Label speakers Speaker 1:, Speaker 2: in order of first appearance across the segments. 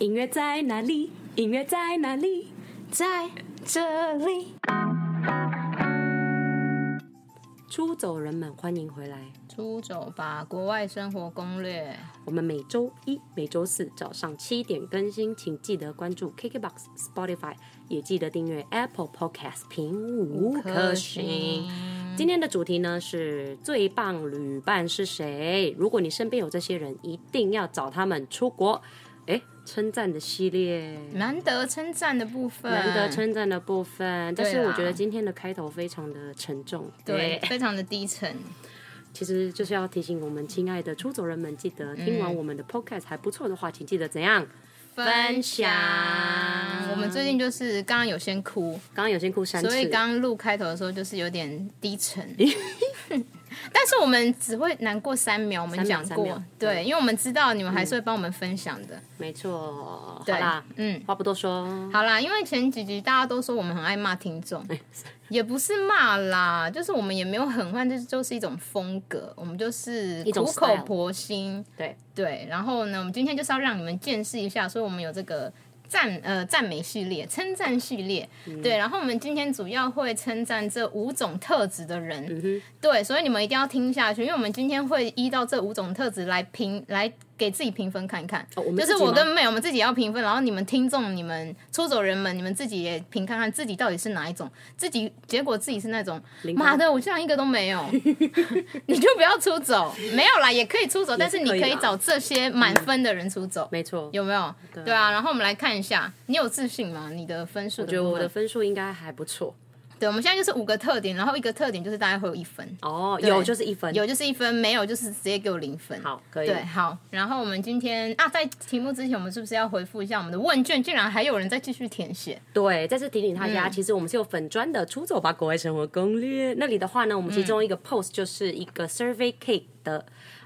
Speaker 1: 音乐在哪里？音乐在哪里？
Speaker 2: 在这里，
Speaker 1: 出走人们，欢迎回来！
Speaker 2: 出走吧，国外生活攻略。
Speaker 1: 我们每周一、每周四早上七点更新，请记得关注 KKBOX、Spotify，也记得订阅 Apple Podcast，评五颗星。今天的主题呢是最棒旅伴是谁？如果你身边有这些人，一定要找他们出国。哎，称赞的系列。
Speaker 2: 难得称赞的部分，
Speaker 1: 难得称赞的部分，但是
Speaker 2: 对啦啊
Speaker 1: 我觉得今天的开头非常的沉重。
Speaker 2: 对，非常的低沉。
Speaker 1: 其实就是要提醒我们亲爱的出走人们，记得听完我们的 podcast 还不错的话，请记得怎样？分享
Speaker 2: 我们最近就是刚刚有先哭，
Speaker 1: 刚刚有些哭三次，
Speaker 2: 所以刚录开头的时候就是有点低沉。 但是我们只会难过三秒，我们
Speaker 1: 三秒
Speaker 2: 讲
Speaker 1: 三秒
Speaker 2: 过，对，因为我们知道你们还是会帮我们分享的。
Speaker 1: 没错，好
Speaker 2: 对
Speaker 1: 啦，
Speaker 2: 嗯，
Speaker 1: 话不多说，
Speaker 2: 好啦，因为前几集大家都说我们很爱骂听众，
Speaker 1: 哎
Speaker 2: 也不是骂啦，就是我们也没有很坏，这就是一种风格，我们就是
Speaker 1: 一种
Speaker 2: 苦口
Speaker 1: style
Speaker 2: 婆心。
Speaker 1: 对，
Speaker 2: 对，然后呢，我们今天就是要让你们见识一下，所以我们有这个赞呃赞美系列、称赞系列，
Speaker 1: 嗯
Speaker 2: 对，然后我们今天主要会称赞这五种特质的人，
Speaker 1: 嗯
Speaker 2: 对，所以你们一定要听下去，因为我们今天会依照这五种特质来评来。给自己评分看看，
Speaker 1: 哦我们
Speaker 2: 就
Speaker 1: 自
Speaker 2: 是
Speaker 1: 己
Speaker 2: 我
Speaker 1: 吗
Speaker 2: 跟妹，我们自己也要评分，然后你们听众、你们出走人们，你们自己也评看看自己到底是哪一种，自己结果自己是那种，
Speaker 1: 分
Speaker 2: 妈的，我居然一个都没 有，你就不要出走，没有啦，也可以出走，但是你
Speaker 1: 可以
Speaker 2: 可以
Speaker 1: 啦
Speaker 2: 找这些满分的人出走，
Speaker 1: 没错，
Speaker 2: 有没有？对啊，然后我们来看一下，你有自信吗？你的分数
Speaker 1: 我
Speaker 2: 的
Speaker 1: 觉得
Speaker 2: 部
Speaker 1: 我
Speaker 2: 分
Speaker 1: 的分数应该还不错
Speaker 2: 对，我们现在就是五个特点，然后一个特点就是大概会有一分，
Speaker 1: 哦，有就是一分，
Speaker 2: 有就是一分，没有就是直接给我零分。
Speaker 1: 好，可以，
Speaker 2: 对，好，然后我们今天啊，在题目之前，我们是不是要回复一下我们的问卷？竟然还有人在继续填写，
Speaker 1: 对，再次提醒大
Speaker 2: 嗯
Speaker 1: 家，其实我们是有粉砖的《出走吧国外生活攻略》，那里的话呢，我们其中一
Speaker 2: 嗯
Speaker 1: 个 post 就是一个 survey cake 的。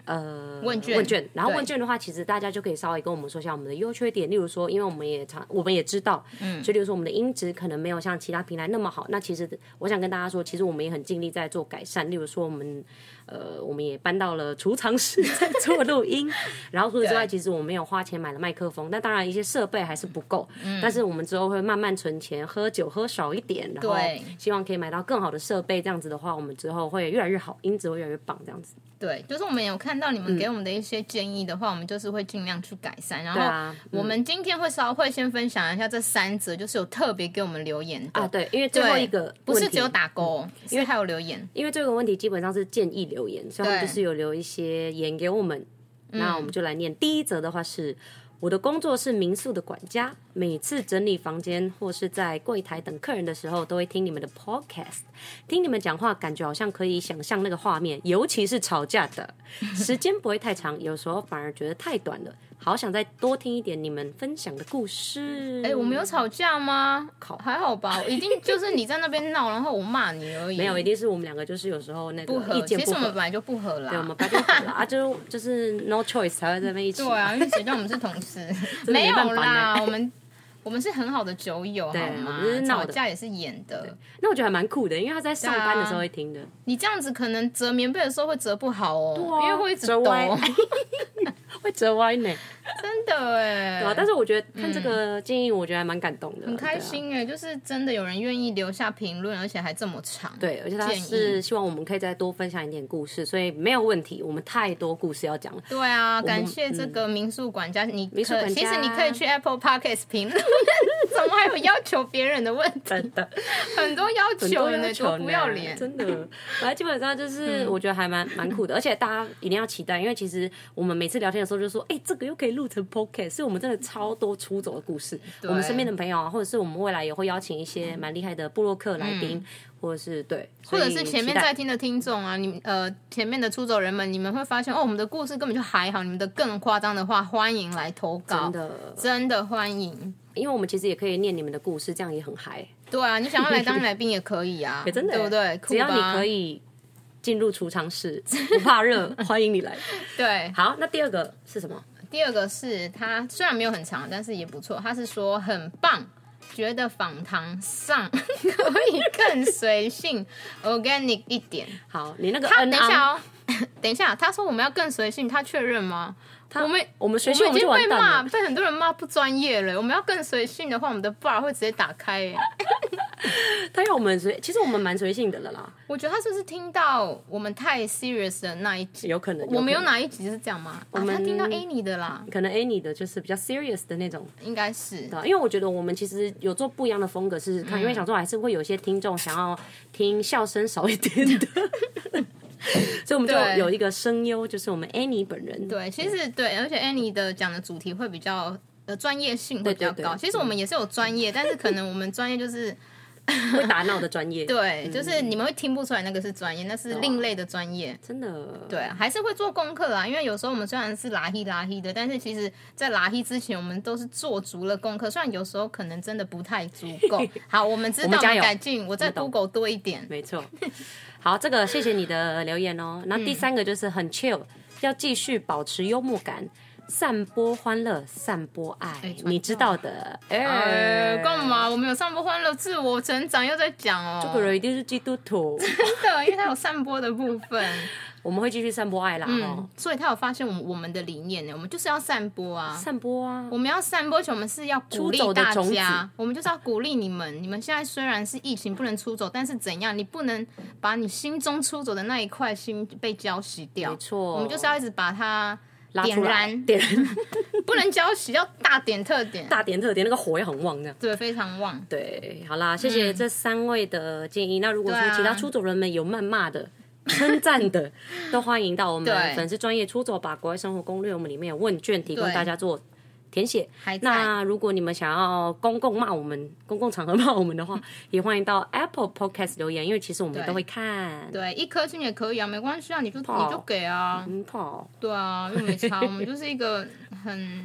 Speaker 1: 呃，
Speaker 2: 问卷
Speaker 1: 问卷，然后
Speaker 2: 对
Speaker 1: 问卷的话，其实大家就可以稍微跟我们说一下我们的优缺点，例如说，因为我们也常，我们也知道，嗯，就例如说我们的音质可能没有像其他平台那么好，那其实我想跟大家说，其实我们也很尽力在做改善，例如说我们，呃，我们也搬到了储藏 室在做录 音，然后除此之外，
Speaker 2: 对
Speaker 1: 其实我们没有花钱买了麦克风，那当然一些设备还是不够，但是我们之后会慢慢存钱，喝酒喝少一点，然后
Speaker 2: 对
Speaker 1: 希望可以买到更好的设备，这样子的话，我们之后会越来越好，音质会越来越棒，这样子。
Speaker 2: 对，就是我们有看到你们给我们的一些建议的话，我们就是会尽量去改善。然后
Speaker 1: 对啊嗯
Speaker 2: 我们今天会稍会先分享一下这三则，就是有特别给我们留言的
Speaker 1: 啊，对，因为最后一个
Speaker 2: 不
Speaker 1: 问
Speaker 2: 是
Speaker 1: 题嗯
Speaker 2: 只有，打勾，因为还有留言。
Speaker 1: 因为这个问题基本上是建议留言，所以他们
Speaker 2: 对嗯
Speaker 1: 就是有留一些言给我们，那我们就来念。第一则的话是。我的工作是民宿的管家，每次整理房间或是在柜台等客人的时候，都会听你们的 podcast，听你们讲话，感觉好像可以想象那个画面，尤其是吵架的时间不会太长，有时候反而觉得太短了，好想再多听一点你们分享的故事。
Speaker 2: 哎、我们有吵架吗？还 好吧，一定就是你在那边闹，然后我骂你而已。
Speaker 1: 没有，一定是我们两个就是有时候那个
Speaker 2: 不合，
Speaker 1: 意见
Speaker 2: 其
Speaker 1: 不合，
Speaker 2: 实我们本来就不合啦。
Speaker 1: 对，我们班就好了 啊，就就是 no choice 才会在那边一起。
Speaker 2: 对啊，因为谁叫我们是同事？
Speaker 1: 的没
Speaker 2: 没有
Speaker 1: 办法
Speaker 2: 啦，
Speaker 1: 呢
Speaker 2: 我们我们是很好的酒友，好吗
Speaker 1: 我们是？闹
Speaker 2: 吵
Speaker 1: 的
Speaker 2: 架也是演的。
Speaker 1: 那我觉得还蛮酷的，因为他在上
Speaker 2: 啊
Speaker 1: 班的时候会听的，
Speaker 2: 你这样子可能折棉被的时候会折不好哦，
Speaker 1: 啊
Speaker 2: 因为会一直
Speaker 1: 折
Speaker 2: 抖，
Speaker 1: 歪 会折歪呢。
Speaker 2: 真的哎。
Speaker 1: 对啊，但是我觉得看这个建议，我觉得还蛮感动的，
Speaker 2: 很开
Speaker 1: 对啊。
Speaker 2: 心哎，就是真的有人愿意留下评论，而且还这么长。
Speaker 1: 对，而且他
Speaker 2: 建议
Speaker 1: 是希望我们可以再多分享一点故事，所以没有问题，我们太多故事要讲了。
Speaker 2: 对啊，感谢这个民宿管家，你
Speaker 1: 嗯民宿
Speaker 2: 可
Speaker 1: 管
Speaker 2: 其
Speaker 1: 家
Speaker 2: 实你可以去 Apple Podcast 评论， 怎么还有要求别人的问题？
Speaker 1: 真的，
Speaker 2: 很多要
Speaker 1: 很
Speaker 2: 求
Speaker 1: 多
Speaker 2: 呢，嗯
Speaker 1: 要求
Speaker 2: 多
Speaker 1: 呢
Speaker 2: 不要脸。
Speaker 1: 真的。反正基本上就是，我觉得还蛮蛮酷的，而且大家一定要期待，因为其实我们每次聊天的时候就说，哎、这个又可以录成 podcast，所以我们真的超多出走的故事。我们身边的朋友啊，或者是我们未来也会邀请一些蛮厉害的布洛克来宾，或者是对，
Speaker 2: 嗯或
Speaker 1: 或
Speaker 2: 者是前面在听的听众啊，你呃前面的出走人们，你们会发现哦，我们的故事根本就还好，你们的更夸张的话，欢迎来投稿，
Speaker 1: 真的，
Speaker 2: 真的欢迎。
Speaker 1: 因为我们其实也可以念你们的故事，这样也很嗨。欸
Speaker 2: 对啊，你想要来当来宾也可以 啊，
Speaker 1: 真的耶，
Speaker 2: 对不对？
Speaker 1: 只要
Speaker 2: 酷
Speaker 1: 你
Speaker 2: 吧
Speaker 1: 可，以进入储藏室，不怕热，欢迎你来。
Speaker 2: 对。
Speaker 1: 好，那第二个是什么？
Speaker 2: 第二个是他虽然没有很长，但是也不错，他是说很棒。觉得访谈上 可以更随性、organic 一点。
Speaker 1: 好，你那个
Speaker 2: 他
Speaker 1: N
Speaker 2: 等一下哦，等一下，他说我们要更随性，他确认吗？
Speaker 1: 他
Speaker 2: 我们
Speaker 1: 我们随
Speaker 2: 我
Speaker 1: 性
Speaker 2: 们
Speaker 1: 就
Speaker 2: 已经被
Speaker 1: 完蛋
Speaker 2: 骂，
Speaker 1: 了。
Speaker 2: 被很多人骂不专业了。我们要更随性的话，我们的 bar 会直接打开耶。
Speaker 1: 他要我们随，其实我们蛮随性的了啦，
Speaker 2: 我觉得他是不是听到我们太 serious 的那一集？
Speaker 1: 有可能
Speaker 2: 我们有
Speaker 1: 可能
Speaker 2: 哪一集是这样吗？我
Speaker 1: 们
Speaker 2: 他听到 Annie 的啦，
Speaker 1: 可能 Annie 的就是比较 serious 的那种
Speaker 2: 应该是。
Speaker 1: 对啊，因为我觉得我们其实有做不一样的风格试试
Speaker 2: 嗯
Speaker 1: 看，因为想说还是会有一些听众想要听笑声少一点 的，所以我们就
Speaker 2: 对
Speaker 1: 有一个声优，就是我们 Annie 本人。
Speaker 2: 对，其实对，而且 Annie 的讲的主题会比较呃专业性会比较
Speaker 1: 对对
Speaker 2: 高。
Speaker 1: 对
Speaker 2: 其实我们也是有专业，但是可能我们专 业就是
Speaker 1: 会打闹的专业，
Speaker 2: 对，就是你们会听不出来那个是专业，那是
Speaker 1: 啊
Speaker 2: 另类的专业。
Speaker 1: 真的，
Speaker 2: 对，啊还是会做功课啊，因为有时候我们虽然是拉黑拉黑的，但是其实，在拉黑之前，我们都是做足了功课。虽然有时候可能真的不太足 够，好，我们知
Speaker 1: 我
Speaker 2: 道，
Speaker 1: 们
Speaker 2: 我
Speaker 1: 加
Speaker 2: 们
Speaker 1: 油
Speaker 2: 改进，我在
Speaker 1: 我们懂
Speaker 2: Google 多一点。
Speaker 1: 没错。好，这个谢谢你的留言哦。然后第三个就是很 chill，、要继续保持幽默感，散播欢乐，散播爱，
Speaker 2: 哎
Speaker 1: 你知道的。哎、
Speaker 2: 呃，干嘛？我们有散播欢乐、自我成长，又在讲哦。
Speaker 1: 这个人一定是基督徒，
Speaker 2: 真的，因为他有散播的部分，
Speaker 1: 我们会继续散播爱啦、
Speaker 2: 嗯，所以他有发现我们我们的理念呢，我们就是要散播
Speaker 1: 哦，
Speaker 2: 啊。
Speaker 1: 散播啊，
Speaker 2: 我们要散播，而且我们是要鼓励
Speaker 1: 出走的
Speaker 2: 大
Speaker 1: 种子
Speaker 2: 家，我们就是要鼓励你们。你们现在虽然是疫情不能出走，但是怎样，你不能把你心中出走的那一块心被浇熄掉。
Speaker 1: 没错
Speaker 2: 我们就是要一直把它
Speaker 1: 拉
Speaker 2: 点
Speaker 1: 出来
Speaker 2: 燃，
Speaker 1: 点
Speaker 2: 不能浇熄，要大点特点，
Speaker 1: 大点特点，那个火要很旺这样。
Speaker 2: 对，非常旺。
Speaker 1: 对，好啦，谢谢这三位的建议。那如果说
Speaker 2: 嗯对啊
Speaker 1: 其他出走人们有谩骂的、称赞 的，都欢迎到我们
Speaker 2: 对
Speaker 1: 粉丝专业出走吧国外生活攻略，我们里面有问卷提供
Speaker 2: 对
Speaker 1: 大家做填写。
Speaker 2: 还在
Speaker 1: 那如果你们想要公共骂我们、公共场合骂我们的 话，也欢迎到 Apple Podcast 留言，因为其实我们
Speaker 2: 对
Speaker 1: 都会看。
Speaker 2: 对一颗星也可以啊，没关系啊，你就
Speaker 1: 泡
Speaker 2: 你就给啊，
Speaker 1: 嗯，跑，
Speaker 2: 对啊，又没 差，我们就是一个很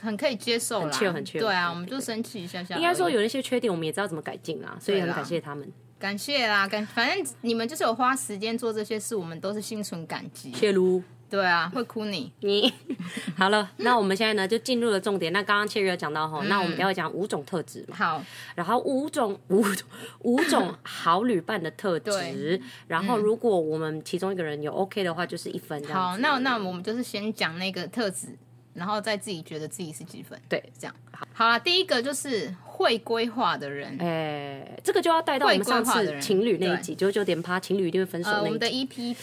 Speaker 2: 很可以接受啦，
Speaker 1: 很 chill，很 chill
Speaker 2: 对
Speaker 1: 对对
Speaker 2: 啊，
Speaker 1: 对
Speaker 2: 我们就生气一下下而已。
Speaker 1: 应该说有一些缺点，我们也知道怎么改进啦，所以
Speaker 2: 对
Speaker 1: 很
Speaker 2: 啦
Speaker 1: 感谢他们。
Speaker 2: 感谢啦，感反正你们就是有花时间做这些事，我们都是心存感激。
Speaker 1: 谢撸。
Speaker 2: 对啊，会哭你。
Speaker 1: 你 好了，那我们现在呢就进入了重点。那刚刚切瑞有讲到哈，
Speaker 2: 嗯
Speaker 1: 那我们要讲五种特质嘛，
Speaker 2: 好，
Speaker 1: 然后五种 五种五种好旅伴的特质
Speaker 2: 对，
Speaker 1: 然后如果我们其中一个人有 OK 的话，就是一分这样子。
Speaker 2: 好，那那我们就是先讲那个特质，然后再自己觉得自己是几分。
Speaker 1: 对，
Speaker 2: 这样好啦，第一个就是会规划的人，
Speaker 1: 哎，这个就要带到我们上
Speaker 2: 会规划的
Speaker 1: 次
Speaker 2: 人
Speaker 1: 情侣那一集，九九点八情侣一定会分手
Speaker 2: 呃，我
Speaker 1: 那
Speaker 2: 们
Speaker 1: 一
Speaker 2: 的 E
Speaker 1: 集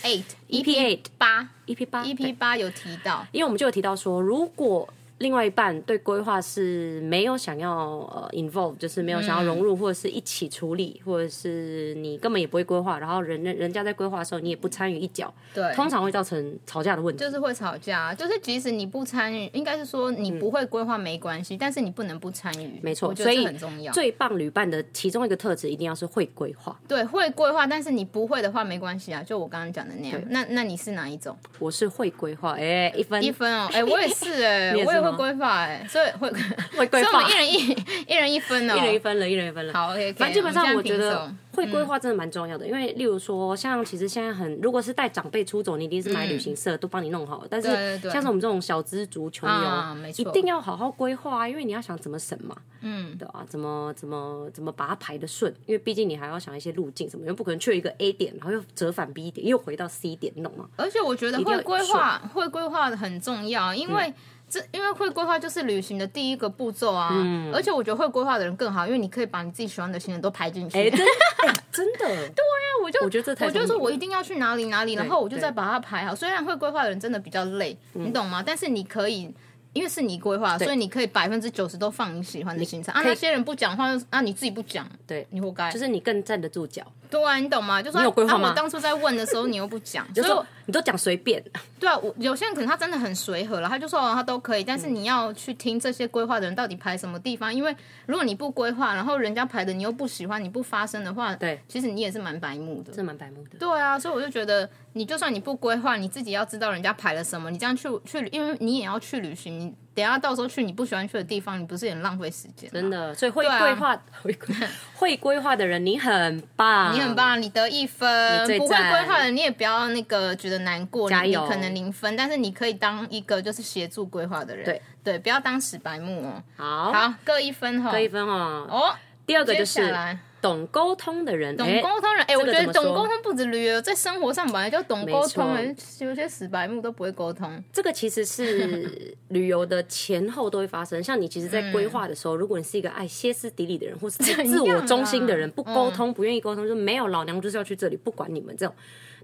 Speaker 1: E
Speaker 2: EP eight、E
Speaker 1: EP8
Speaker 2: 八、
Speaker 1: ，EP 八
Speaker 2: EP 八有提到，
Speaker 1: 因为我们就有提到说，如果另外一半对规划是没有想要呃 involve，就是没有想要融入，或者是一起处理，或者是你根本也不会规划，然后人人家在规划的时候你也不参与一脚，
Speaker 2: 对，
Speaker 1: 通常会造成吵架的问题。
Speaker 2: 就是会吵架，就是即使你不参与，应该是说你不会规划没关系，但是你不能不参与。
Speaker 1: 没错
Speaker 2: 我觉得
Speaker 1: 所
Speaker 2: 这
Speaker 1: 以
Speaker 2: 很重要。
Speaker 1: 最棒旅伴的其中一个特质一定要是会规划，
Speaker 2: 对，会规划，但是你不会的话没关系啊，就我刚刚讲的那样。那那你是哪一种？
Speaker 1: 我是会规划，哎、一分
Speaker 2: 一分哦，哎，我也 是哎，
Speaker 1: 你也是
Speaker 2: 我也会
Speaker 1: 吗
Speaker 2: 规划哎，所以会，
Speaker 1: 会
Speaker 2: 所
Speaker 1: 规
Speaker 2: 以我
Speaker 1: 划
Speaker 2: 们一，人一一人一分哦，
Speaker 1: 一人一分了，一人一分了。
Speaker 2: 好，OK，
Speaker 1: 反正基本
Speaker 2: 哎
Speaker 1: 上，我觉得会
Speaker 2: 嗯
Speaker 1: 规划真的蛮重要的，因为例如说，像其实现在很，如果是带长辈出走，你一定是买旅行社、都帮你弄好了。但是
Speaker 2: 嗯对对对
Speaker 1: 像是我们这种小资族穷游、
Speaker 2: 啊
Speaker 1: 一
Speaker 2: 没错
Speaker 1: 定要好好规划啊，因为你要想怎么省嘛，
Speaker 2: 嗯，
Speaker 1: 对啊，怎么怎么怎么把它排的顺，因为毕竟你还要想一些路径什么，又不可能去一个 A 点，然后又折返 B 点，又回到 C 点，啊你懂吗？
Speaker 2: 而且我觉得
Speaker 1: 定要
Speaker 2: 会规划，会规划很重要，因为这因为会规划就是旅行的第一个步骤啊。而且我觉得会规划的人更好，因为你可以把你自己喜欢的行程都排进去。
Speaker 1: 哎、真哎真的， 对啊，
Speaker 2: 我就
Speaker 1: 我觉得这太
Speaker 2: 我就
Speaker 1: 聪
Speaker 2: 说
Speaker 1: 明
Speaker 2: 我一定要去哪里哪里，然后我就再把它排好。虽然会规划的人真的比较累，
Speaker 1: 嗯
Speaker 2: 你懂吗？但是你可以。因为是你规划，所以你可以百分之九十都放你喜欢的行程啊。
Speaker 1: 可以
Speaker 2: 那些人不讲话，就是啊你自己不讲，
Speaker 1: 对
Speaker 2: 你活该。啊
Speaker 1: 就是你更站得住脚，
Speaker 2: 对啊，你懂吗？就说
Speaker 1: 你有规划
Speaker 2: 啊
Speaker 1: 吗
Speaker 2: 我当初在问的时候，你又不 讲，
Speaker 1: 就
Speaker 2: 所以
Speaker 1: 说你都讲随便，
Speaker 2: 对啊，我有些人可能他真的很随和了，他就说、哦、他都可以，但是你要去听这些规划的人到底排什么地方，因为如果你不规划，然后人家排的你又不喜欢，你不发声的话，
Speaker 1: 对，
Speaker 2: 其实你也是蛮白目的。
Speaker 1: 这蛮白目的。
Speaker 2: 对啊，所以我就觉得，你就算你不规划，你自己要知道人家排了什么，你这样去去，因为你也要去旅行，你等一下到时候去你不喜欢去的地方，你不是也很浪费时间？
Speaker 1: 真，的，所以会
Speaker 2: 对啊
Speaker 1: 规划、会规 会规划的人，你很棒，
Speaker 2: 你很。棒，你得一分
Speaker 1: 啊你，最
Speaker 2: 不会
Speaker 1: 赞
Speaker 2: 规划的你也不要那个觉得难过，
Speaker 1: 加
Speaker 2: 你你
Speaker 1: 油
Speaker 2: 可能零分，但是你可以当一个就是协助规划的人，
Speaker 1: 对
Speaker 2: 对，不要当死白目哦。
Speaker 1: 好，
Speaker 2: 好，各一分哈，
Speaker 1: 得一分哦。
Speaker 2: 哦。
Speaker 1: 第二个就
Speaker 2: 接
Speaker 1: 是
Speaker 2: 下来
Speaker 1: 懂沟通的人，
Speaker 2: 懂
Speaker 1: 哎
Speaker 2: 沟通人，哎、
Speaker 1: 这
Speaker 2: 我
Speaker 1: 个
Speaker 2: 觉
Speaker 1: 怎
Speaker 2: 得
Speaker 1: 么
Speaker 2: 懂
Speaker 1: 说
Speaker 2: 沟通不止旅游，在生活上本来就懂沟通，
Speaker 1: 没
Speaker 2: 哎有些死白目都不会沟通。
Speaker 1: 这个其实 是旅游的前后都会发生。像你其实，在规划的时候，如果你是一个爱歇斯底里的人，或是
Speaker 2: 怎
Speaker 1: 自我
Speaker 2: 嗯样
Speaker 1: 中心的人，
Speaker 2: 啊
Speaker 1: 不沟通、不愿意沟通，就没有老娘就是要去这里，不管你们这种。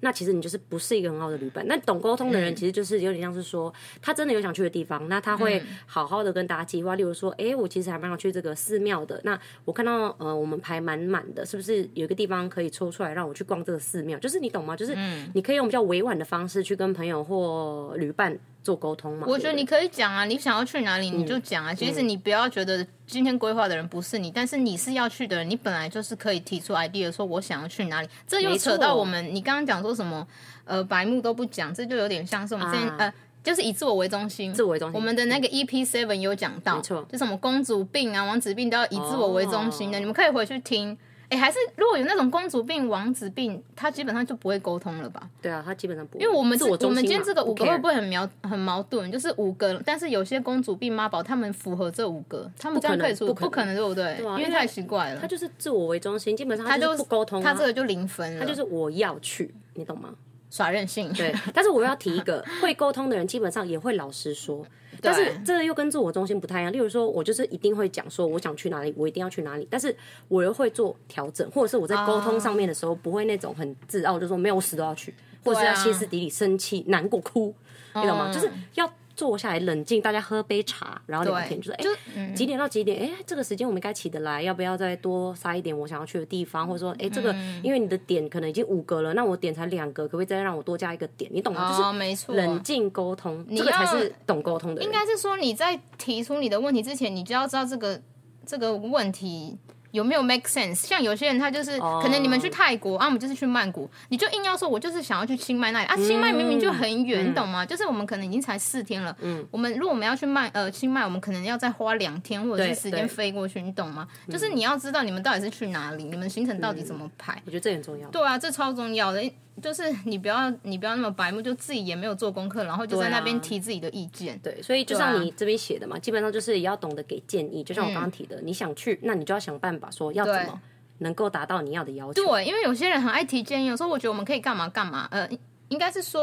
Speaker 1: 那其实你就是不是一个很好的旅伴。那懂沟通的
Speaker 2: 嗯
Speaker 1: 人，其实就是有点像是说，他真的有想去的地方，那他
Speaker 2: 嗯
Speaker 1: 会好好的跟大家计划。例如说，哎、我其实还蛮想去这个寺庙的。那我看到呃，我们排满满的，是不是有一个地方可以抽出来让我去逛这个寺庙？就是你懂吗？就是
Speaker 2: 嗯
Speaker 1: 你可以用比较委婉的方式去跟朋友或旅伴做沟通嘛。
Speaker 2: 我觉得你可以讲啊，你想要去哪
Speaker 1: 嗯
Speaker 2: 里你就讲啊。其实你不要觉得今天规划的人不是你，但是你是要去的人，你本来就是可以提出 idea 说我想要去哪里。这又
Speaker 1: 没错
Speaker 2: 扯到我们你刚刚讲说什么呃白目都不讲，这就有点像是我们之前、
Speaker 1: 啊
Speaker 2: 呃。就是以自我为中心，
Speaker 1: 自我为中心
Speaker 2: 我们的那个 EP Seven 有讲到，
Speaker 1: 没错
Speaker 2: 就什么公主病啊、王子病都要以自我为中心的，
Speaker 1: 哦
Speaker 2: 你们可以回去听。哎、还是如果有那种公主病、王子病，他基本上就不会沟通了吧？
Speaker 1: 对啊，他基本上不会，
Speaker 2: 因为我们
Speaker 1: 自
Speaker 2: 这
Speaker 1: 我
Speaker 2: 我
Speaker 1: 中心嘛
Speaker 2: 们今天这个五个会不
Speaker 1: 会？
Speaker 2: 会很矛很矛盾？就是五个，但是有些公主病妈宝他们符合这五个，他们这样
Speaker 1: 不可能
Speaker 2: 可以
Speaker 1: 不
Speaker 2: 出，
Speaker 1: 可能
Speaker 2: 不可能对不对？
Speaker 1: 啊因
Speaker 2: 因为
Speaker 1: 为
Speaker 2: 太奇怪了
Speaker 1: 他，就是自我为中心，基本上
Speaker 2: 他
Speaker 1: 就
Speaker 2: 就是
Speaker 1: 不沟通、啊，
Speaker 2: 他这个就零分了，
Speaker 1: 他就是我要去，你懂吗？
Speaker 2: 耍任性。
Speaker 1: 对，但是我要提一个，会沟通的人基本上也会老实说，但是这又跟自我中心不太一样。例如说，我就是一定会讲说我想去哪里，我一定要去哪里，但是我又会做调整，或者是我在沟通上面的时候不会那种很自傲，就说没有我死都要去，或者是
Speaker 2: 哦对
Speaker 1: 要
Speaker 2: 啊嗯
Speaker 1: 歇斯底里生气、难过哭，你懂吗？就是要。坐下来冷静，大家喝杯茶，然后聊
Speaker 2: 对
Speaker 1: 天，就是哎、
Speaker 2: 就嗯
Speaker 1: 几点到几点？哎、这个时间我们该起得来，要不要再多塞一点我想要去的地方？或者说，哎、这个、
Speaker 2: 嗯
Speaker 1: 因为你的点可能已经五个了，那我点才两个，可不可以再让我多加一个点？你懂吗？
Speaker 2: 哦，
Speaker 1: 就是
Speaker 2: 没错，
Speaker 1: 冷静沟通，这
Speaker 2: 要
Speaker 1: 个才是懂沟通的人。
Speaker 2: 应该是说你在提出你的问题之前，你就要知道这个这个问题。有没有 make sense？像有些人他就是
Speaker 1: 哦
Speaker 2: 可能你们去泰国啊，我们就是去曼谷，你就硬要说，我就是想要去清迈那里啊。清迈明明就很
Speaker 1: 嗯
Speaker 2: 远，你懂吗？就是我们可能已经才四天了，我们如果我们要去曼呃清迈，我们可能要再花两天或者
Speaker 1: 对
Speaker 2: 是时间
Speaker 1: 对嗯
Speaker 2: 飞过去，你懂吗？就是你要知道你们到底是去哪里，你们行程到底怎么排。
Speaker 1: 我觉得这很重要。
Speaker 2: 对啊，这超重要的，就是你不要你不要那么白目，就自己也没有做功课，然后就在
Speaker 1: 对啊
Speaker 2: 那边提自己的意见。
Speaker 1: 对，所以就
Speaker 2: 对
Speaker 1: 像
Speaker 2: 啊嗯
Speaker 1: 你这边写的嘛，基本上就是也要懂得给建议。就像我刚刚提的，你想去，那你就要想办法说要怎么能够达到你要的要求。
Speaker 2: 对，因为有些人很爱提建议，有时候我觉得我们可以干嘛干嘛，呃。应该是说，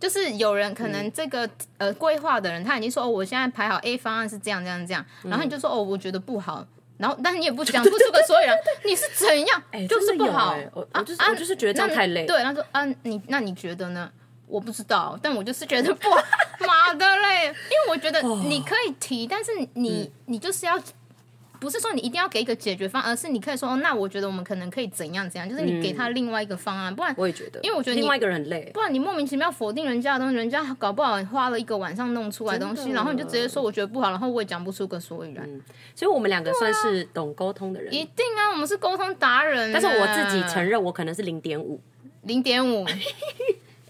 Speaker 2: 就是有人可
Speaker 1: 嗯
Speaker 2: 能这个、呃规划的人，他已经说哦，我现在排好 A 方案是这样这样这样，
Speaker 1: 嗯
Speaker 2: 然后你就说、哦，我觉得不好，然后但你也 不讲不出个所以然，你是怎样，
Speaker 1: 哎
Speaker 2: 就
Speaker 1: 真
Speaker 2: 是
Speaker 1: 的
Speaker 2: 不
Speaker 1: 有
Speaker 2: 好
Speaker 1: 哎，我
Speaker 2: 啊
Speaker 1: 我就是
Speaker 2: 啊
Speaker 1: 我就是觉得这样
Speaker 2: 那
Speaker 1: 太累
Speaker 2: 对，他说啊，你那你觉得呢？我不知道，但我就是觉得不好，妈的嘞，因为我觉得你可以提，但是你、
Speaker 1: 嗯
Speaker 2: 你就是要不是说你一定要给一个解决方案，而是你可以说，哦，那我觉得我们可能可以怎样怎样，就是你给他另外一个方案，不然
Speaker 1: 嗯我也觉得，
Speaker 2: 因为我觉得你
Speaker 1: 另外一个人很累。
Speaker 2: 不然你莫名其妙否定人家的东西，人家搞不好花了一个晚上弄出来的东
Speaker 1: 真
Speaker 2: 西，
Speaker 1: 的嗯
Speaker 2: 然后你就直接说我觉得不好，然后我也讲不出个所以然。
Speaker 1: 所以我们两个算是懂沟通的人，
Speaker 2: 啊一定啊，我们是沟通达人啊、
Speaker 1: 但是我自己承认我可能是零点五。
Speaker 2: 零 点五，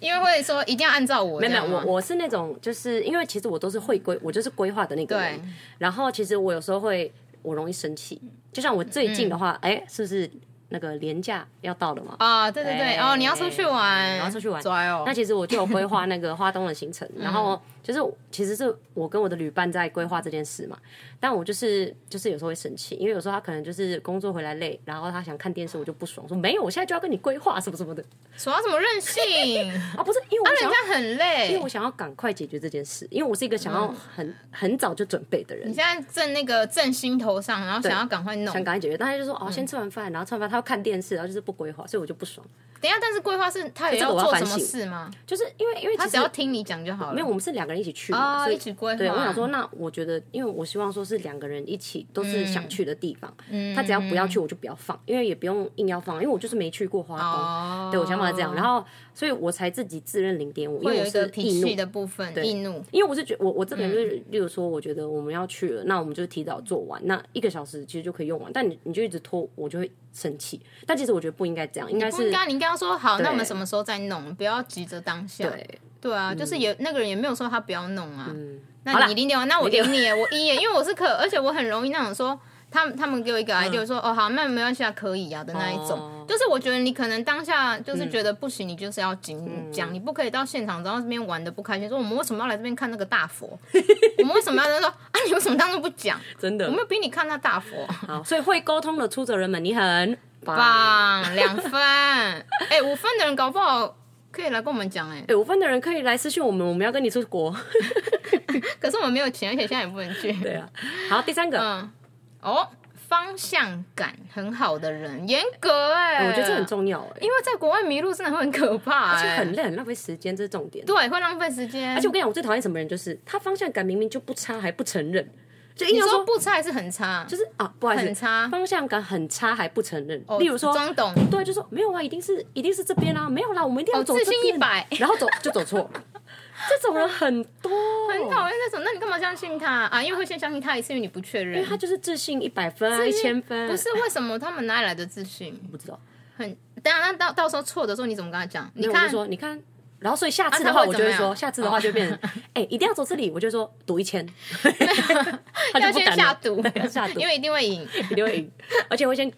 Speaker 2: 因为会说一定要按照我
Speaker 1: 没
Speaker 2: 这
Speaker 1: 有没有，
Speaker 2: 样啊吗，
Speaker 1: 我我是那种，就是因为其实我都是会规，我就是规划的那个人
Speaker 2: 对。
Speaker 1: 然后其实我有时候会，我容易生气。就像我最
Speaker 2: 嗯
Speaker 1: 近的话，哎、是不是那个廉价要到了嘛？
Speaker 2: 啊，对对对，
Speaker 1: 对
Speaker 2: 哦，你要出去玩，
Speaker 1: 你要出去玩
Speaker 2: 拽哦，
Speaker 1: 那其实我就有规划那个花东的行 程，然后就是其实是我跟我的旅伴在规划这件事嘛，但我就是就是有时候会生气，因为有时候他可能就是工作回来累，然后他想看电视，我就不爽，说没有，我现在就要跟你规划什么什么的
Speaker 2: 耍什么任性，
Speaker 1: 啊，不是因为我
Speaker 2: 人
Speaker 1: 想要，
Speaker 2: 家很
Speaker 1: 因
Speaker 2: 累
Speaker 1: 为。我想要赶快解决这件事，因为我是一个想要很很早就准备的人
Speaker 2: 嗯你，现在正那个正心头上，然后想要赶快弄，
Speaker 1: 想赶快解决，但他就说
Speaker 2: 嗯
Speaker 1: 哦，先吃完饭，然后吃完饭他要看电视，然后就是不规划，所以我就不爽。
Speaker 2: 等一下，但是规划是他也
Speaker 1: 这个我要
Speaker 2: 做
Speaker 1: 反
Speaker 2: 什么
Speaker 1: 省
Speaker 2: 事吗？
Speaker 1: 就是因为因为
Speaker 2: 他
Speaker 1: 其
Speaker 2: 只
Speaker 1: 实
Speaker 2: 要听你讲就好了。
Speaker 1: 没有，我们是两个人一起去
Speaker 2: 啊、
Speaker 1: 嘛，
Speaker 2: 哦，
Speaker 1: 所
Speaker 2: 一
Speaker 1: 以
Speaker 2: 起规划。
Speaker 1: 对我想说，那我觉得，因为我希望说是两个人一起都是
Speaker 2: 嗯
Speaker 1: 想去的地方，他只要不要去我就不要放，因为也不用硬要放，因为我就是没去过花东，
Speaker 2: 哦，
Speaker 1: 对我想法是这样，然后所以我才自己自认零点五，因
Speaker 2: 会
Speaker 1: 为
Speaker 2: 有
Speaker 1: 我
Speaker 2: 一个
Speaker 1: 是
Speaker 2: 脾
Speaker 1: 易怒
Speaker 2: 气。的嗯部分，易怒。
Speaker 1: 因为我是觉我我这个人就是，例如说，我觉得我们要去了，那我们就提早做完，那一个小时其实就可以用完。但你你就一直拖，我就会生气。但其实我觉得不应该这样，应该
Speaker 2: 不
Speaker 1: 是
Speaker 2: 应该，你应该要说好，那我们什么时候再弄？不要急着当下。
Speaker 1: 对，
Speaker 2: 对啊，就是也那个人也没有说他不要弄啊。
Speaker 1: 嗯好
Speaker 2: 那
Speaker 1: 啦
Speaker 2: 你零点完，那我零你耶，我一耶，因为我是可，而且我很容易那种说，他们他们给我一个 idea 说，哦好，那没关系啊，可以啊的那一种。
Speaker 1: 嗯哦
Speaker 2: 就是我觉得你可能当下就是觉得不行，你就是要
Speaker 1: 嗯
Speaker 2: 紧讲，你不可以到现场然后这边玩的不开心，说我们为什么要来这边看那个大 佛？我们为什么要在那说啊？你为什么当初不讲？
Speaker 1: 真的
Speaker 2: 我没有逼你看那大佛。
Speaker 1: 好。所以会沟通的出责人们，你很吧？
Speaker 2: 棒，两分。哎、五分的人搞不好可以来跟我们讲哎、
Speaker 1: 哎，五分的人可以来私讯我们，我们要跟你出国。
Speaker 2: 可是我们没有钱，而且现在也不能去。
Speaker 1: 对啊，好，第三个，
Speaker 2: 嗯，哦，方向感很好的人，严格哎、
Speaker 1: 我觉得这很重要哎、
Speaker 2: 因为在国外迷路真的会很可怕、
Speaker 1: 而且
Speaker 2: 哎，
Speaker 1: 很累，很浪费时间，这是重点。
Speaker 2: 对，会啊浪费时间。
Speaker 1: 而且我跟你讲，我最讨厌什么人，就是他方向感明明就不差，还不承认，就硬
Speaker 2: 你
Speaker 1: 要
Speaker 2: 说
Speaker 1: 说
Speaker 2: 不差还是很差，
Speaker 1: 就是啊，不好意思，
Speaker 2: 很差
Speaker 1: 方向感很差还不承认。
Speaker 2: 哦
Speaker 1: 例如说，
Speaker 2: 装懂，
Speaker 1: 对，就说没有啊，一定是一定是这边啊，没有啦，我们一定要
Speaker 2: 哦
Speaker 1: 走
Speaker 2: 自
Speaker 1: 这
Speaker 2: 信
Speaker 1: 边
Speaker 2: 100
Speaker 1: 然后走就走错，这种人很多，
Speaker 2: 哎很讨厌那种。那你干嘛相信他啊？因为会先相信他一次，因为你不确
Speaker 1: 因
Speaker 2: 认
Speaker 1: 为。他就是自信一百分啊，一千分，
Speaker 2: 不是为什么他们哪里来的自信？
Speaker 1: 不知道。
Speaker 2: 很，当然，那到到时候错的时候你怎么跟他讲？你
Speaker 1: 那我
Speaker 2: 看
Speaker 1: 就，说你看，然后所以下次
Speaker 2: 啊
Speaker 1: 的
Speaker 2: 他
Speaker 1: 话
Speaker 2: 会
Speaker 1: 我就
Speaker 2: 怎么
Speaker 1: 会说，
Speaker 2: 样
Speaker 1: 下次的话
Speaker 2: 哦
Speaker 1: 就变成，哎，一定要走这里，我就说赌一 千，他
Speaker 2: 要
Speaker 1: 就不
Speaker 2: 先
Speaker 1: 敢
Speaker 2: 下
Speaker 1: 了
Speaker 2: 赌
Speaker 1: 对要 下，赌
Speaker 2: 因为一定会赢。
Speaker 1: 一定会赢，而且我会先。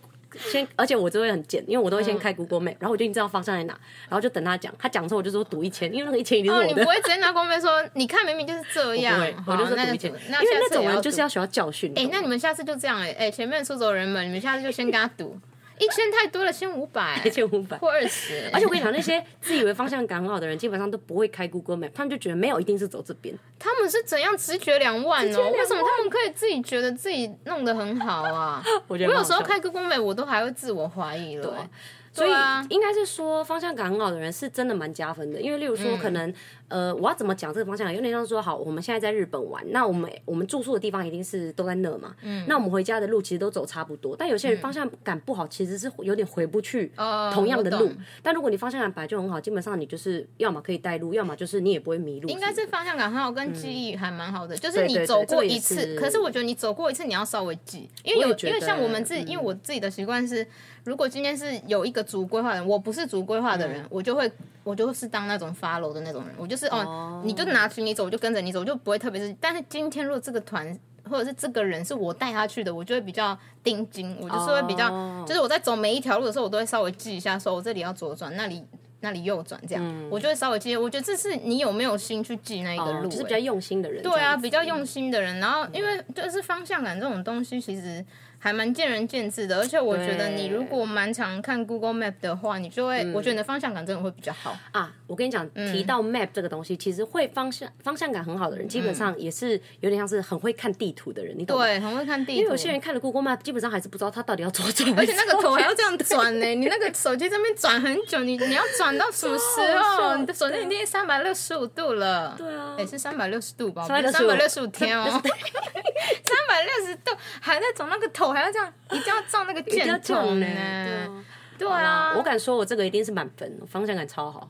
Speaker 1: 先，而且我就会很贱，因为我都会
Speaker 2: 嗯
Speaker 1: 先开 Google Map，、然后我就已经知道方向在哪，然后就等他讲，他讲的时候我就说赌一千，因为那个一千一定是
Speaker 2: 哦，
Speaker 1: 我
Speaker 2: 你
Speaker 1: 的，
Speaker 2: 不会直接拿光杯说，你看明明就是这样
Speaker 1: 对，，
Speaker 2: 好
Speaker 1: 我就说
Speaker 2: 那
Speaker 1: 赌一
Speaker 2: 就
Speaker 1: 千，
Speaker 2: 赌
Speaker 1: 因
Speaker 2: 那
Speaker 1: 为
Speaker 2: 下
Speaker 1: 那
Speaker 2: 次
Speaker 1: 种
Speaker 2: 也
Speaker 1: 人
Speaker 2: 要
Speaker 1: 就是
Speaker 2: 赌
Speaker 1: 要学到教训。
Speaker 2: 哎、
Speaker 1: 你懂
Speaker 2: 那你们下次就这样哎、哎、前面出走人们，你们下次就先跟他赌，一千太多了，先五百
Speaker 1: 吗一千五百，
Speaker 2: 或二 十。
Speaker 1: 而且我跟你讲，那些自以为方向感很好的人，基本上都不会开 Google Map，他们就觉得没有一定是走这边。
Speaker 2: 他们是怎样直觉两万
Speaker 1: 觉
Speaker 2: 哦、
Speaker 1: 两万
Speaker 2: 为什么他们可以自己觉得自己弄得很好啊？
Speaker 1: 我
Speaker 2: 我
Speaker 1: 觉得蛮好笑
Speaker 2: 有时候开个工美，我都还会自我怀疑了、哎
Speaker 1: 所以
Speaker 2: 对啊
Speaker 1: 应该是说方向感很好的人是真的蛮加分的，因为例如
Speaker 2: 嗯
Speaker 1: 说可能、呃，我要怎么讲这个方向，有点像说好，我们现在在日本玩，那我们我们住宿的地方一定是都在那嘛，嗯，那我们回家的路其实都走差不多，但有些人方向感不好，其实是有点回不去
Speaker 2: 嗯哦
Speaker 1: 同样的
Speaker 2: 我
Speaker 1: 路。
Speaker 2: 懂
Speaker 1: 但如果你方向感本来就很好，基本上你就是要么可以带路，要么就是你也不会迷路。
Speaker 2: 应该是方向感很好，跟记忆还蛮好的。就是
Speaker 1: 对对
Speaker 2: 你
Speaker 1: 对
Speaker 2: 走
Speaker 1: 这
Speaker 2: 过
Speaker 1: 个也
Speaker 2: 一次，
Speaker 1: 是
Speaker 2: 可是我觉得你走过一次，你要稍微记，因为
Speaker 1: 我
Speaker 2: 有
Speaker 1: 也觉
Speaker 2: 因为像
Speaker 1: 得嗯
Speaker 2: 我们自己，因为我自己的习惯是，如果今天是有一个主规划的人，我不是主规划的
Speaker 1: 嗯
Speaker 2: 人，我就会我就是当那种 follow 的那种人，我就是哦，你就拿起你走，我就跟着你走，我就不会特别是。但是今天如果这个团。或者是这个人是我带他去的，我就会比较盯紧，我就是会比较
Speaker 1: 哦
Speaker 2: 就是我在走每一条路的时候，我都会稍微记一下，说我这里要左转，那里那里右转，这样、我就会稍微记。我觉得这是你有没有心去记那一个
Speaker 1: 嗯哦
Speaker 2: 路、
Speaker 1: 就是比
Speaker 2: 欸
Speaker 1: 较用心的人。
Speaker 2: 对
Speaker 1: 这
Speaker 2: 啊，
Speaker 1: 样子
Speaker 2: 比较用心的人。然后因为就是方向感这种东西，其实还蛮见仁见智的。而且我觉得
Speaker 1: 对嗯
Speaker 2: 你如果蛮常看 Google Map 的话，你就会，我觉得你的方向感真的会比较好。
Speaker 1: 啊，我跟你讲，
Speaker 2: 嗯
Speaker 1: 提到 map 这个东西，其实会方向方向感很好的人，基
Speaker 2: 嗯
Speaker 1: 本上也是有点像是很会看地图的人，你懂吗？
Speaker 2: 对，很会看地图。
Speaker 1: 因为有些人看了 Google Map，基本上还是不知道他到底要左转还
Speaker 2: 而
Speaker 1: 是
Speaker 2: 且
Speaker 1: 右
Speaker 2: 那
Speaker 1: 转，
Speaker 2: 个头还要这样转呢、你那个手机这边转很久，你你要转到什 么时
Speaker 1: 超好
Speaker 2: 候？
Speaker 1: 笑
Speaker 2: 你的手机已经三百六十五度了。
Speaker 1: 啊
Speaker 2: 哎
Speaker 1: 对啊
Speaker 2: 也、是三百六十度吧，
Speaker 1: 365
Speaker 2: 三百六十五 天哦， 三百六十度还在转，那个头还要这样，一定要撞那个
Speaker 1: 比较
Speaker 2: 箭筒
Speaker 1: 重
Speaker 2: 呢、
Speaker 1: 呢。对
Speaker 2: 对
Speaker 1: 啊
Speaker 2: 啊，
Speaker 1: 我敢说我这个一定是满分，我方向感超好，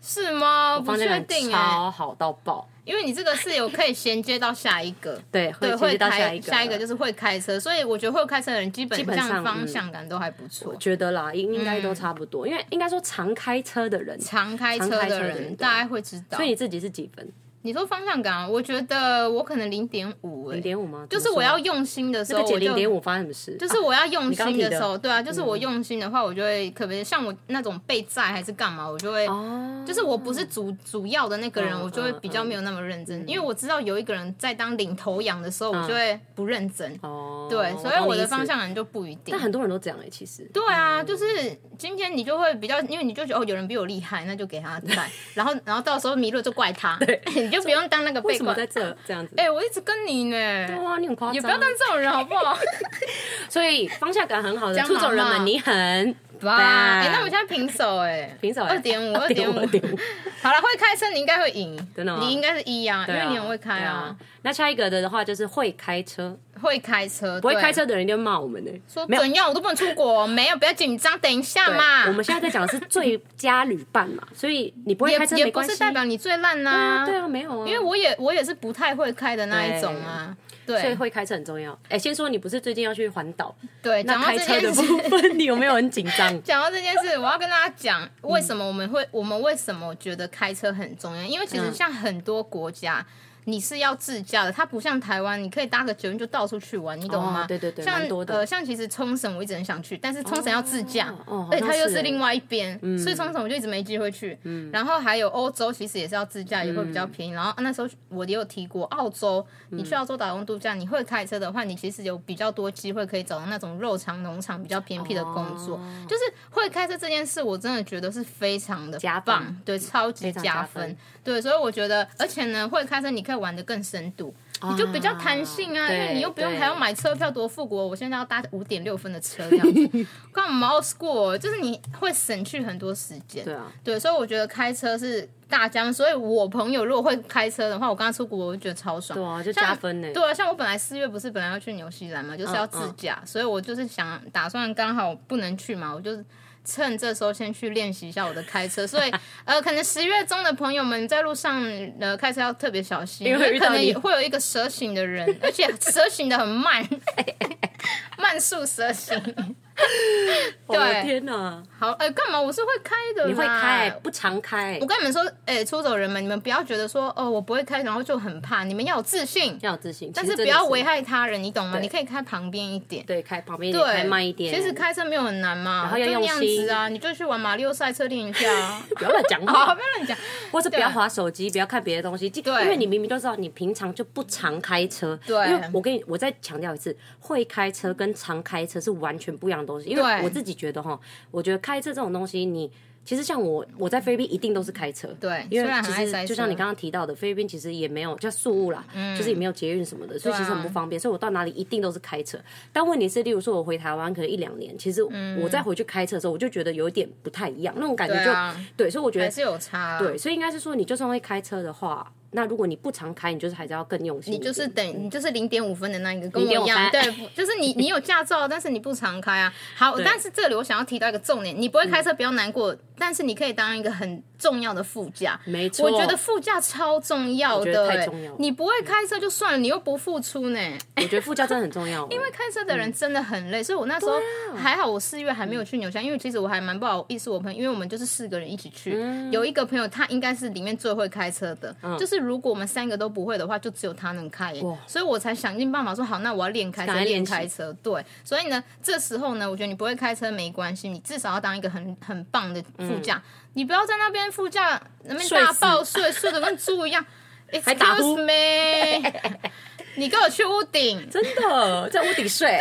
Speaker 2: 是吗？
Speaker 1: 方
Speaker 2: 不
Speaker 1: 向
Speaker 2: 确
Speaker 1: 感
Speaker 2: 定哎、
Speaker 1: 超好到爆。
Speaker 2: 因为你这个是有可以衔接到下一个，
Speaker 1: 对，
Speaker 2: 对，
Speaker 1: 衔
Speaker 2: 会
Speaker 1: 接到下
Speaker 2: 开
Speaker 1: 一个，
Speaker 2: 下一个就是会开车，所以我觉得会开车的人基
Speaker 1: 基
Speaker 2: 本
Speaker 1: 本上嗯
Speaker 2: 上方向感都还不错
Speaker 1: 我。觉得啦，应应该都差不多，因为应该说常开车的人，所
Speaker 2: 嗯常开车
Speaker 1: 常开车
Speaker 2: 的
Speaker 1: 的人
Speaker 2: 人
Speaker 1: 对啊
Speaker 2: 大概会知道，
Speaker 1: 以你自己是几分？
Speaker 2: 你说方向感啊，我觉得我可能零点五，欸
Speaker 1: 零点五吗？
Speaker 2: 就是
Speaker 1: 怎么
Speaker 2: 我
Speaker 1: 说
Speaker 2: 要用心的时
Speaker 1: 这
Speaker 2: 候，
Speaker 1: 个
Speaker 2: 我
Speaker 1: 减零点
Speaker 2: 就
Speaker 1: 五发生什么事？
Speaker 2: 就是我要用
Speaker 1: 你刚
Speaker 2: 心
Speaker 1: 提的嗯
Speaker 2: 的时候，对啊，就是我用心的话，我就会，特别像我那种被载还是干嘛，我就会，
Speaker 1: 哦，
Speaker 2: 就是我不是主主要的那个人，
Speaker 1: 嗯
Speaker 2: 我就会比较没有那么认真，因为我知道有一个人在当领头羊的时候，我就会不认真，
Speaker 1: 嗯哦，
Speaker 2: 对，所以
Speaker 1: 懂
Speaker 2: 我
Speaker 1: 你意
Speaker 2: 的
Speaker 1: 思
Speaker 2: 方向感就不一定
Speaker 1: 但。很多人都这样哎、欸，其实
Speaker 2: 对啊，就是今天你就会比较，因为你就觉得哦，有人比我厉害，那就给他带，然后然后到时候迷路就怪 他，你就不用当那个
Speaker 1: 为
Speaker 2: 被
Speaker 1: 什么
Speaker 2: 怪。
Speaker 1: 在这这样子？
Speaker 2: 哎、我一直跟你呢，
Speaker 1: 哇，你很夸张，
Speaker 2: 也不要当这种人好 不好？
Speaker 1: 所以方向感很好的
Speaker 2: 江
Speaker 1: 出
Speaker 2: 妈
Speaker 1: 走人
Speaker 2: 妈
Speaker 1: 们，你很
Speaker 2: 哇，哎、那我们现在平手哎、
Speaker 1: 平手
Speaker 2: 二点五，二点
Speaker 1: 点
Speaker 2: 五
Speaker 1: 二，点五，
Speaker 2: 好了，会开车你应该会赢，
Speaker 1: 真的吗
Speaker 2: 你应该是一啊，因
Speaker 1: 对
Speaker 2: 为
Speaker 1: 啊
Speaker 2: 你很会开
Speaker 1: 对
Speaker 2: 啊
Speaker 1: 啊，。那下一个的话就是会开车，
Speaker 2: 会开车，
Speaker 1: 啊不
Speaker 2: 不
Speaker 1: 会开车的人一定会骂我们呢、
Speaker 2: 说
Speaker 1: 没有
Speaker 2: 怎样我都不能出国，没有，不要紧张，等一下
Speaker 1: 对
Speaker 2: 嘛。
Speaker 1: 我们现在在讲的是最 佳旅伴嘛，所以你不会开车
Speaker 2: 也也
Speaker 1: 没
Speaker 2: 不
Speaker 1: 关
Speaker 2: 是
Speaker 1: 系。
Speaker 2: 代表你最烂呐、
Speaker 1: 啊，对啊，没有啊，
Speaker 2: 因为我也我也是不太会开的那一种啊。
Speaker 1: 所以
Speaker 2: 对
Speaker 1: 会开车很重要。哎、先说你不是最近要去环岛，
Speaker 2: 对，
Speaker 1: 那
Speaker 2: 讲到
Speaker 1: 开
Speaker 2: 这
Speaker 1: 车的
Speaker 2: 件
Speaker 1: 部
Speaker 2: 事，？
Speaker 1: 分，你有没有很紧张
Speaker 2: 讲到这件事，我要跟大家讲，
Speaker 1: 嗯
Speaker 2: 为什么我们会我们为什么觉得开车很重要？因为其实像很多国家。你是要自驾的，它不像台湾，你可以搭个捷运就到处去玩，你懂吗？
Speaker 1: 哦对对对
Speaker 2: 像
Speaker 1: 蛮多的
Speaker 2: 呃，像其实冲绳我一直很想去，但是冲绳要自驾，
Speaker 1: 哦哦
Speaker 2: 而且它又
Speaker 1: 好像是嗯
Speaker 2: 是另外一边，所以冲绳我就一直没机会去。然后还有欧洲，其实也是要自驾，也
Speaker 1: 嗯
Speaker 2: 会比较便宜。然后啊那时候我也有提过，澳洲，你去澳洲打工度假，你会开车的话，你其实有比较多机会可以找到那种肉肠农场比较偏僻的工作。
Speaker 1: 哦
Speaker 2: 就是会开车这件事，我真的觉得是非常的
Speaker 1: 加分
Speaker 2: 棒，对，超级
Speaker 1: 常
Speaker 2: 加
Speaker 1: 加
Speaker 2: 分。
Speaker 1: 分
Speaker 2: 对，所以我觉得，而且呢，会开车你可以玩的更深度。你就比较弹性啊，因为
Speaker 1: 对
Speaker 2: 你又不用
Speaker 1: 对
Speaker 2: 还要买车票多复古。我现在要搭五点六分的车这 样子，干嘛 old school？就是你会省去很多时间。
Speaker 1: 对啊，
Speaker 2: 对，所以我觉得开车是大疆。所以我朋友如果会开车的话，我刚刚出国我就觉得超爽。
Speaker 1: 对啊，就
Speaker 2: 像
Speaker 1: 加分呢。
Speaker 2: 对啊，像我本来四月不是本来要去纽西兰嘛，
Speaker 1: 嗯
Speaker 2: 就是要自驾，所以我就是想打算刚好不能去嘛，我就趁这时候先去练习一下我的开车。所以呃，可能十月中的朋友们在路上呃开车要特别小心，因
Speaker 1: 因为遇
Speaker 2: 可
Speaker 1: 到
Speaker 2: 能
Speaker 1: 你
Speaker 2: 也会有一个蛇行的人，而且蛇行的很慢， 慢速蛇行。
Speaker 1: 我的
Speaker 2: 对
Speaker 1: 哦天哪，
Speaker 2: 好，哎、干嘛？我是会开的，
Speaker 1: 你会开？不常开
Speaker 2: 我，跟你们说，哎、出走人们，你们不要觉得说哦，我不会开，然后就很怕。你们要有自信，
Speaker 1: 要有自信，
Speaker 2: 但
Speaker 1: 其
Speaker 2: 是
Speaker 1: 实
Speaker 2: 不
Speaker 1: 真的
Speaker 2: 要危害他人，你懂吗？
Speaker 1: 对
Speaker 2: 你可以开旁边一点，
Speaker 1: 对开旁边一点，
Speaker 2: 对，
Speaker 1: 开慢一点。
Speaker 2: 其实开车没有很难嘛，然
Speaker 1: 后要
Speaker 2: 就那
Speaker 1: 用
Speaker 2: 样
Speaker 1: 心
Speaker 2: 子啊，你就去玩马里奥赛车练
Speaker 1: 。
Speaker 2: 一下啊
Speaker 1: 不要乱讲
Speaker 2: 好，
Speaker 1: 话
Speaker 2: 不，要乱讲。
Speaker 1: 或是不
Speaker 2: 对
Speaker 1: 要划手机，不要看别的东西。就
Speaker 2: 对
Speaker 1: 因为你明明都知道你平常就不常开车。
Speaker 2: 对
Speaker 1: 因为我跟你我再强调一次，会开车跟常开车是完全不一样的东西。因为
Speaker 2: 对
Speaker 1: 我自己觉得哈，我觉得开车这种东西你，其实像我我在菲律宾一定都是开车。
Speaker 2: 对
Speaker 1: 因
Speaker 2: 虽
Speaker 1: 为
Speaker 2: 然
Speaker 1: 其
Speaker 2: 很爱塞
Speaker 1: 实就像
Speaker 2: 车嗯
Speaker 1: 你刚刚提到的，菲律宾其实也没有就宿务啦，就是也没有捷运什么的，所以
Speaker 2: 对啊
Speaker 1: 其实很不方便。所以我到哪里一定都是开车。但问题是，例如说我回台湾可能一两年，其实我再回去开车的时候，我就觉得有一点不太一样，那种感觉
Speaker 2: 嗯对
Speaker 1: 就
Speaker 2: 啊
Speaker 1: 对。所以我觉得
Speaker 2: 还是有差啦，
Speaker 1: 对，所以应该是说，你就算会开车的话，那如果你不常开，你就是还是要更用心一
Speaker 2: 你
Speaker 1: 点。
Speaker 2: 就是等你就是零点五分的那一个，跟我一样，
Speaker 1: 0.5分
Speaker 2: 对，不就是 你你有驾照，但是你不常开啊。好，但是这里我想要提到一个重点，你不会开车不要难过，但是你可以当一个很重要的副驾。
Speaker 1: 嗯没错
Speaker 2: 我觉得副驾超重要
Speaker 1: 我觉
Speaker 2: 的、
Speaker 1: 得
Speaker 2: 欸，
Speaker 1: 太重要了
Speaker 2: 你不会开车就算了，你又不付出呢、
Speaker 1: 我觉得副驾真的很重要，因哦
Speaker 2: 因为开车的
Speaker 1: 嗯
Speaker 2: 人真的很累，所以我那时
Speaker 1: 啊
Speaker 2: 候还好，我四月还没有去纽西兰，因为其实我还蛮不好意思，我朋友，因为我们就是四个人一起去，
Speaker 1: 嗯
Speaker 2: 有一个朋友他应该是里面最会开车的，就是如果我们三个都不会的话，就只有他能开耶
Speaker 1: 哇，
Speaker 2: 所以我才想尽办法说好，那我要练开车，
Speaker 1: 赶快
Speaker 2: 练
Speaker 1: 练习
Speaker 2: 开车，对，所以呢，这时候呢，我觉得你不会开车没关系，你至少要当一个很很棒的副驾，
Speaker 1: 嗯
Speaker 2: 你不要在那边副驾那边
Speaker 1: 睡
Speaker 2: 大
Speaker 1: 死
Speaker 2: 爆睡，睡得跟猪 一样。
Speaker 1: 还打
Speaker 2: Excuse
Speaker 1: 呼
Speaker 2: me，你给我去屋顶。
Speaker 1: 真的在屋顶睡，
Speaker 2: 啊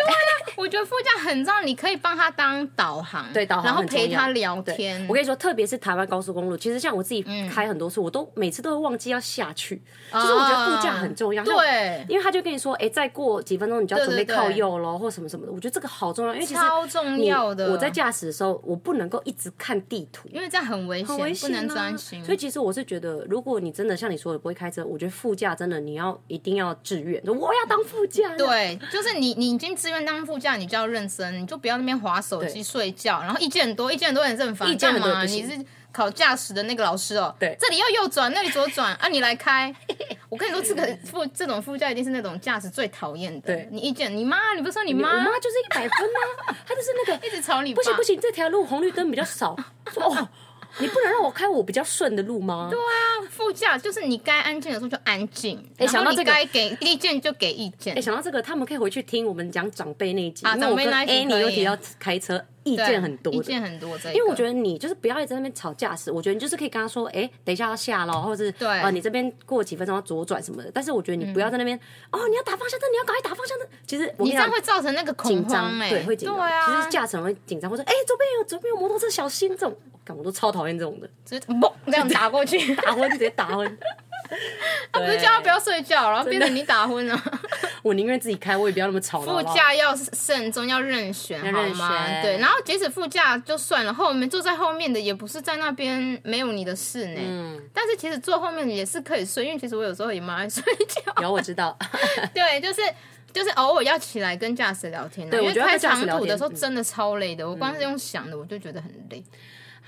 Speaker 2: 我觉得副驾很重要，你可以帮他当导航，
Speaker 1: 对导航
Speaker 2: 然后
Speaker 1: 很重要
Speaker 2: 陪他聊
Speaker 1: 对
Speaker 2: 天。嗯
Speaker 1: 我跟你说，特别是台湾高速公路，其实像我自己开很多次，我都每次都会忘记要下去，就是我觉得副驾很重要。像我
Speaker 2: 啊对，
Speaker 1: 因为他就跟你说，哎、再过几分钟你就要
Speaker 2: 对
Speaker 1: 准
Speaker 2: 对
Speaker 1: 备
Speaker 2: 对
Speaker 1: 靠右喽，或什么什么的。我觉得这个好重要，因为其实
Speaker 2: 超重
Speaker 1: 你
Speaker 2: 要的。
Speaker 1: 我在，驾驶的时候，我不能够一直看地图，
Speaker 2: 因为这样很危险，
Speaker 1: 很危
Speaker 2: 不
Speaker 1: 险、啊、
Speaker 2: 能专心。
Speaker 1: 所以其实我是觉得，如果你真的像你说的不会开车，我觉得副驾真的你要一定要自愿，说我要当副驾。
Speaker 2: 对，就是你，你已经自愿当副驾，你就要认真，你就不要那边划手机、
Speaker 1: 对
Speaker 2: 睡觉，然后意见很多，意见很多很正烦，
Speaker 1: 意见很多
Speaker 2: 干嘛？
Speaker 1: 也不
Speaker 2: 你
Speaker 1: 行
Speaker 2: 是考驾驶的那个老师哦，
Speaker 1: 对
Speaker 2: 这里要右转，那里左转啊，你来开。我跟你说，这个副这种副驾一定是那种驾驶最讨厌的。
Speaker 1: 对
Speaker 2: 你意见，你妈，你不是说你
Speaker 1: 我
Speaker 2: 妈
Speaker 1: 妈就是一百分啊，她就是那个
Speaker 2: 一直吵你爸？
Speaker 1: 不行不行，这条路红绿灯比较少，说哦，你不能让我开我比较顺的路吗？对
Speaker 2: 啊副驾就是你该安静的时候就安静，
Speaker 1: 哎
Speaker 2: 然后
Speaker 1: 想到
Speaker 2: 你
Speaker 1: 这个
Speaker 2: 该给意见就给意见
Speaker 1: 哎、。想到这个，他们可以回去听我们讲长辈那一集，
Speaker 2: 啊
Speaker 1: 因为我跟
Speaker 2: 长辈那一集
Speaker 1: Annie
Speaker 2: 可
Speaker 1: 有
Speaker 2: 以
Speaker 1: 提到开车意
Speaker 2: 对
Speaker 1: 见很多
Speaker 2: 意
Speaker 1: 的。
Speaker 2: 见很多这一个，
Speaker 1: 因为我觉得你就是不要一直在那边吵驾驶，我觉得你就是可以跟他说，哎、等一下要下咯，或者是
Speaker 2: 对嗯
Speaker 1: 啊、你这边过几分钟要左转什么的。但是我觉得你不要在那边、哦，你要打方向灯，你要赶快打方向灯。其实我跟
Speaker 2: 你这样
Speaker 1: 讲
Speaker 2: 会造成那个恐
Speaker 1: 紧张，
Speaker 2: 慌哎，
Speaker 1: 对，会紧张。
Speaker 2: 对
Speaker 1: 其实
Speaker 2: 啊，
Speaker 1: 驾驶人会紧张，或者哎、左边有左边有摩托车，小心这种。干，我都超讨厌这种的，
Speaker 2: 直接嘣这样打 过去，
Speaker 1: 打昏直接打昏。
Speaker 2: 他不是叫他不要睡觉，然后变成你打昏 了。
Speaker 1: 我宁愿自己开，我也不要那么吵了。
Speaker 2: 副
Speaker 1: 好不好
Speaker 2: 驾要慎重，要任选，
Speaker 1: 要
Speaker 2: 好
Speaker 1: 任
Speaker 2: 吗？
Speaker 1: 选
Speaker 2: 对，然后即使副驾就算了，后面坐在后面的也不是在那边没有你的事呢。
Speaker 1: 嗯
Speaker 2: 但是其实坐后面的也是可以睡，因为其实我有时候也蛮爱睡觉。
Speaker 1: 有我知 道，
Speaker 2: 对，就是就是偶尔要起来跟驾驶聊天、啊，
Speaker 1: 对
Speaker 2: 因
Speaker 1: 我
Speaker 2: 为
Speaker 1: 觉得
Speaker 2: 开
Speaker 1: 跟驾
Speaker 2: 长
Speaker 1: 驶
Speaker 2: 途的
Speaker 1: 聊天嗯
Speaker 2: 时候真的超累的，我光是用想的我就觉得很累。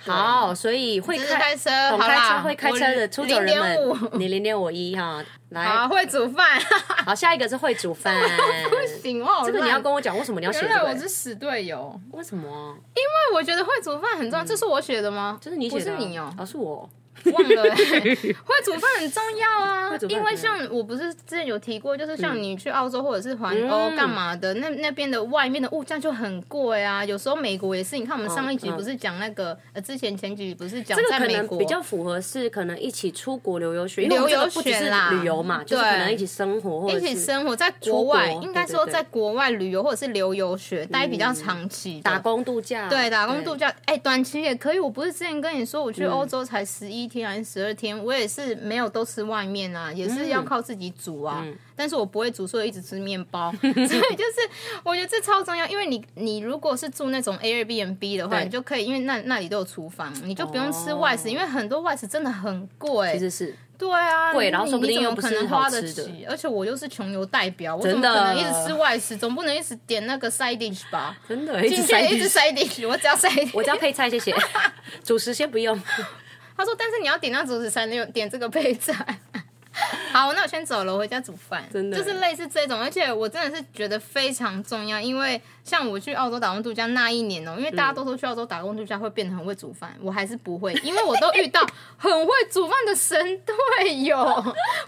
Speaker 1: 好，所以会
Speaker 2: 就是开
Speaker 1: 开
Speaker 2: 车
Speaker 1: 懂
Speaker 2: 好
Speaker 1: 开
Speaker 2: 啦
Speaker 1: 车会开车
Speaker 2: 我
Speaker 1: 的出走人
Speaker 2: 0.5
Speaker 1: 们， 你零点我一哈，来
Speaker 2: 好，，啊会煮饭，
Speaker 1: 好，下一个是会煮 饭，
Speaker 2: 不行哦，
Speaker 1: 嗯这个你要跟我讲，为什么你要写
Speaker 2: 原
Speaker 1: 这
Speaker 2: 来
Speaker 1: 个
Speaker 2: 我
Speaker 1: 欸？
Speaker 2: 是哎死队友，
Speaker 1: 为什么？
Speaker 2: 因为我觉得会煮饭很重要。这是我写的吗？
Speaker 1: 这是你
Speaker 2: 不
Speaker 1: 写的
Speaker 2: 是
Speaker 1: 啊，
Speaker 2: 你哦。
Speaker 1: 啊，是我。
Speaker 2: 忘了、欸，会煮饭很重要啊
Speaker 1: 会煮。饭
Speaker 2: 因
Speaker 1: 很
Speaker 2: 为
Speaker 1: 重要嗯
Speaker 2: 像我不是之前有提过，就是像你去澳洲或者是环欧干嘛的，那那边的外面的物价就很贵啊。有时候美国也是，你看我们上一集
Speaker 1: 嗯
Speaker 2: 不是讲那个，呃，之前前几集不是讲
Speaker 1: 这个
Speaker 2: 在
Speaker 1: 可
Speaker 2: 美
Speaker 1: 能
Speaker 2: 国
Speaker 1: 比较符合是可能一起出国留游学，因为我们
Speaker 2: 留游
Speaker 1: 这个不只是
Speaker 2: 学啦
Speaker 1: 旅游嘛，就是
Speaker 2: 对
Speaker 1: 可能一起生活或者
Speaker 2: 一起
Speaker 1: 是
Speaker 2: 生活在国外，
Speaker 1: 国
Speaker 2: 应该
Speaker 1: 对对
Speaker 2: 说
Speaker 1: 对
Speaker 2: 在国外旅游或者是留游学，待比较长期
Speaker 1: 嗯
Speaker 2: 的
Speaker 1: 打工度假，
Speaker 2: 对，打工度假，哎、短期也可以。我不是之前跟你说，我
Speaker 1: 嗯
Speaker 2: 去欧洲才十一天还是十二天，我也是没有都吃外面啊，
Speaker 1: 嗯
Speaker 2: 也是要靠自己煮啊。但是我不会煮，所以一直吃面 包。所以就是我觉得这超重要，因为你你如果是住那种 Airbnb 的话，
Speaker 1: 对哦
Speaker 2: 你就可以，因为那那里都有厨房，你就不用吃外食，因为很多外食真的很贵
Speaker 1: 其。实是
Speaker 2: 对啊，
Speaker 1: 贵
Speaker 2: 你
Speaker 1: 然后说不定
Speaker 2: 你怎
Speaker 1: 又
Speaker 2: 么
Speaker 1: 不
Speaker 2: 可
Speaker 1: 是
Speaker 2: 能
Speaker 1: 好
Speaker 2: 花得
Speaker 1: 吃的
Speaker 2: 起？而且我又是穷游代表，我怎
Speaker 1: 真
Speaker 2: 么
Speaker 1: 的
Speaker 2: 可能一直吃外食？总不能一直点那个 side dish 吧？
Speaker 1: 真的，一直
Speaker 2: 进
Speaker 1: 塞
Speaker 2: 去一直塞进去，我只要塞进去
Speaker 1: 我只要配菜， 谢谢。主食先不用，
Speaker 2: 他说，但是你要点那主食才能有点这个配菜。好，那我先走了，我回家煮饭。
Speaker 1: 真的
Speaker 2: 就是类似这种，而且我真的是觉得非常重要，因为像我去澳洲打工度假那一年哦、因为大家
Speaker 1: 嗯
Speaker 2: 都说去澳洲打工度假会变得很会煮饭，我还是不会，因为我都遇到很会煮饭的神队友， 我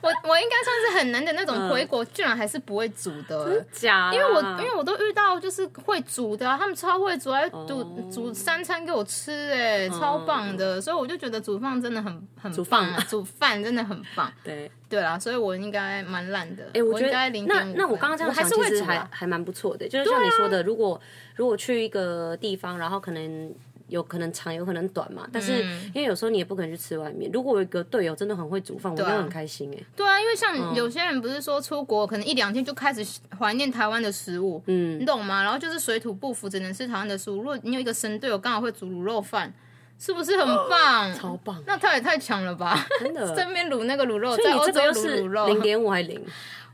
Speaker 2: 我应该算是很难的那
Speaker 1: 嗯
Speaker 2: 种，回国居然还是不会煮的、
Speaker 1: 假啦，
Speaker 2: 因为我因为我都遇到就是会煮的啊、他们超会煮啊，还煮、
Speaker 1: 哦
Speaker 2: 煮三餐给我吃、哎、
Speaker 1: 嗯
Speaker 2: 超棒的，所以我就觉得煮饭真的很很棒、 啊，煮饭真的很棒，
Speaker 1: 对，
Speaker 2: 对啦，所以我应该蛮烂的，哎、
Speaker 1: 哎，
Speaker 2: 我
Speaker 1: 觉
Speaker 2: 应
Speaker 1: 得
Speaker 2: 该零
Speaker 1: 那
Speaker 2: 点五，
Speaker 1: 那我刚刚这样
Speaker 2: 还
Speaker 1: 想，
Speaker 2: 是
Speaker 1: 其
Speaker 2: 会啊
Speaker 1: 实
Speaker 2: 煮、
Speaker 1: 还
Speaker 2: 啊，
Speaker 1: 还蛮不错的，就是像你说的，如果如果去一个地方，然后可能。有可能长，有可能短嘛，但是
Speaker 2: 嗯
Speaker 1: 因为有时候你也不可能去吃外面。如果我有一个队友真的很会煮饭，我应该
Speaker 2: 啊
Speaker 1: 很开心哎、
Speaker 2: 对啊，因为像有些人不是说出国可能一两天就开始怀念台湾的食物，嗯，你懂吗？然后就是水土不服，只能吃台湾的食物。如果你有一个神队友刚好会煮卤肉饭，是不是很棒？
Speaker 1: 哦超棒，
Speaker 2: 那他也太强了吧！
Speaker 1: 真 的。
Speaker 2: 这边卤那个卤肉，
Speaker 1: 所以
Speaker 2: 在
Speaker 1: 你
Speaker 2: 欧
Speaker 1: 这
Speaker 2: 洲
Speaker 1: 个又
Speaker 2: 卤
Speaker 1: 是
Speaker 2: 卤
Speaker 1: 零
Speaker 2: 肉，
Speaker 1: 点五还 零？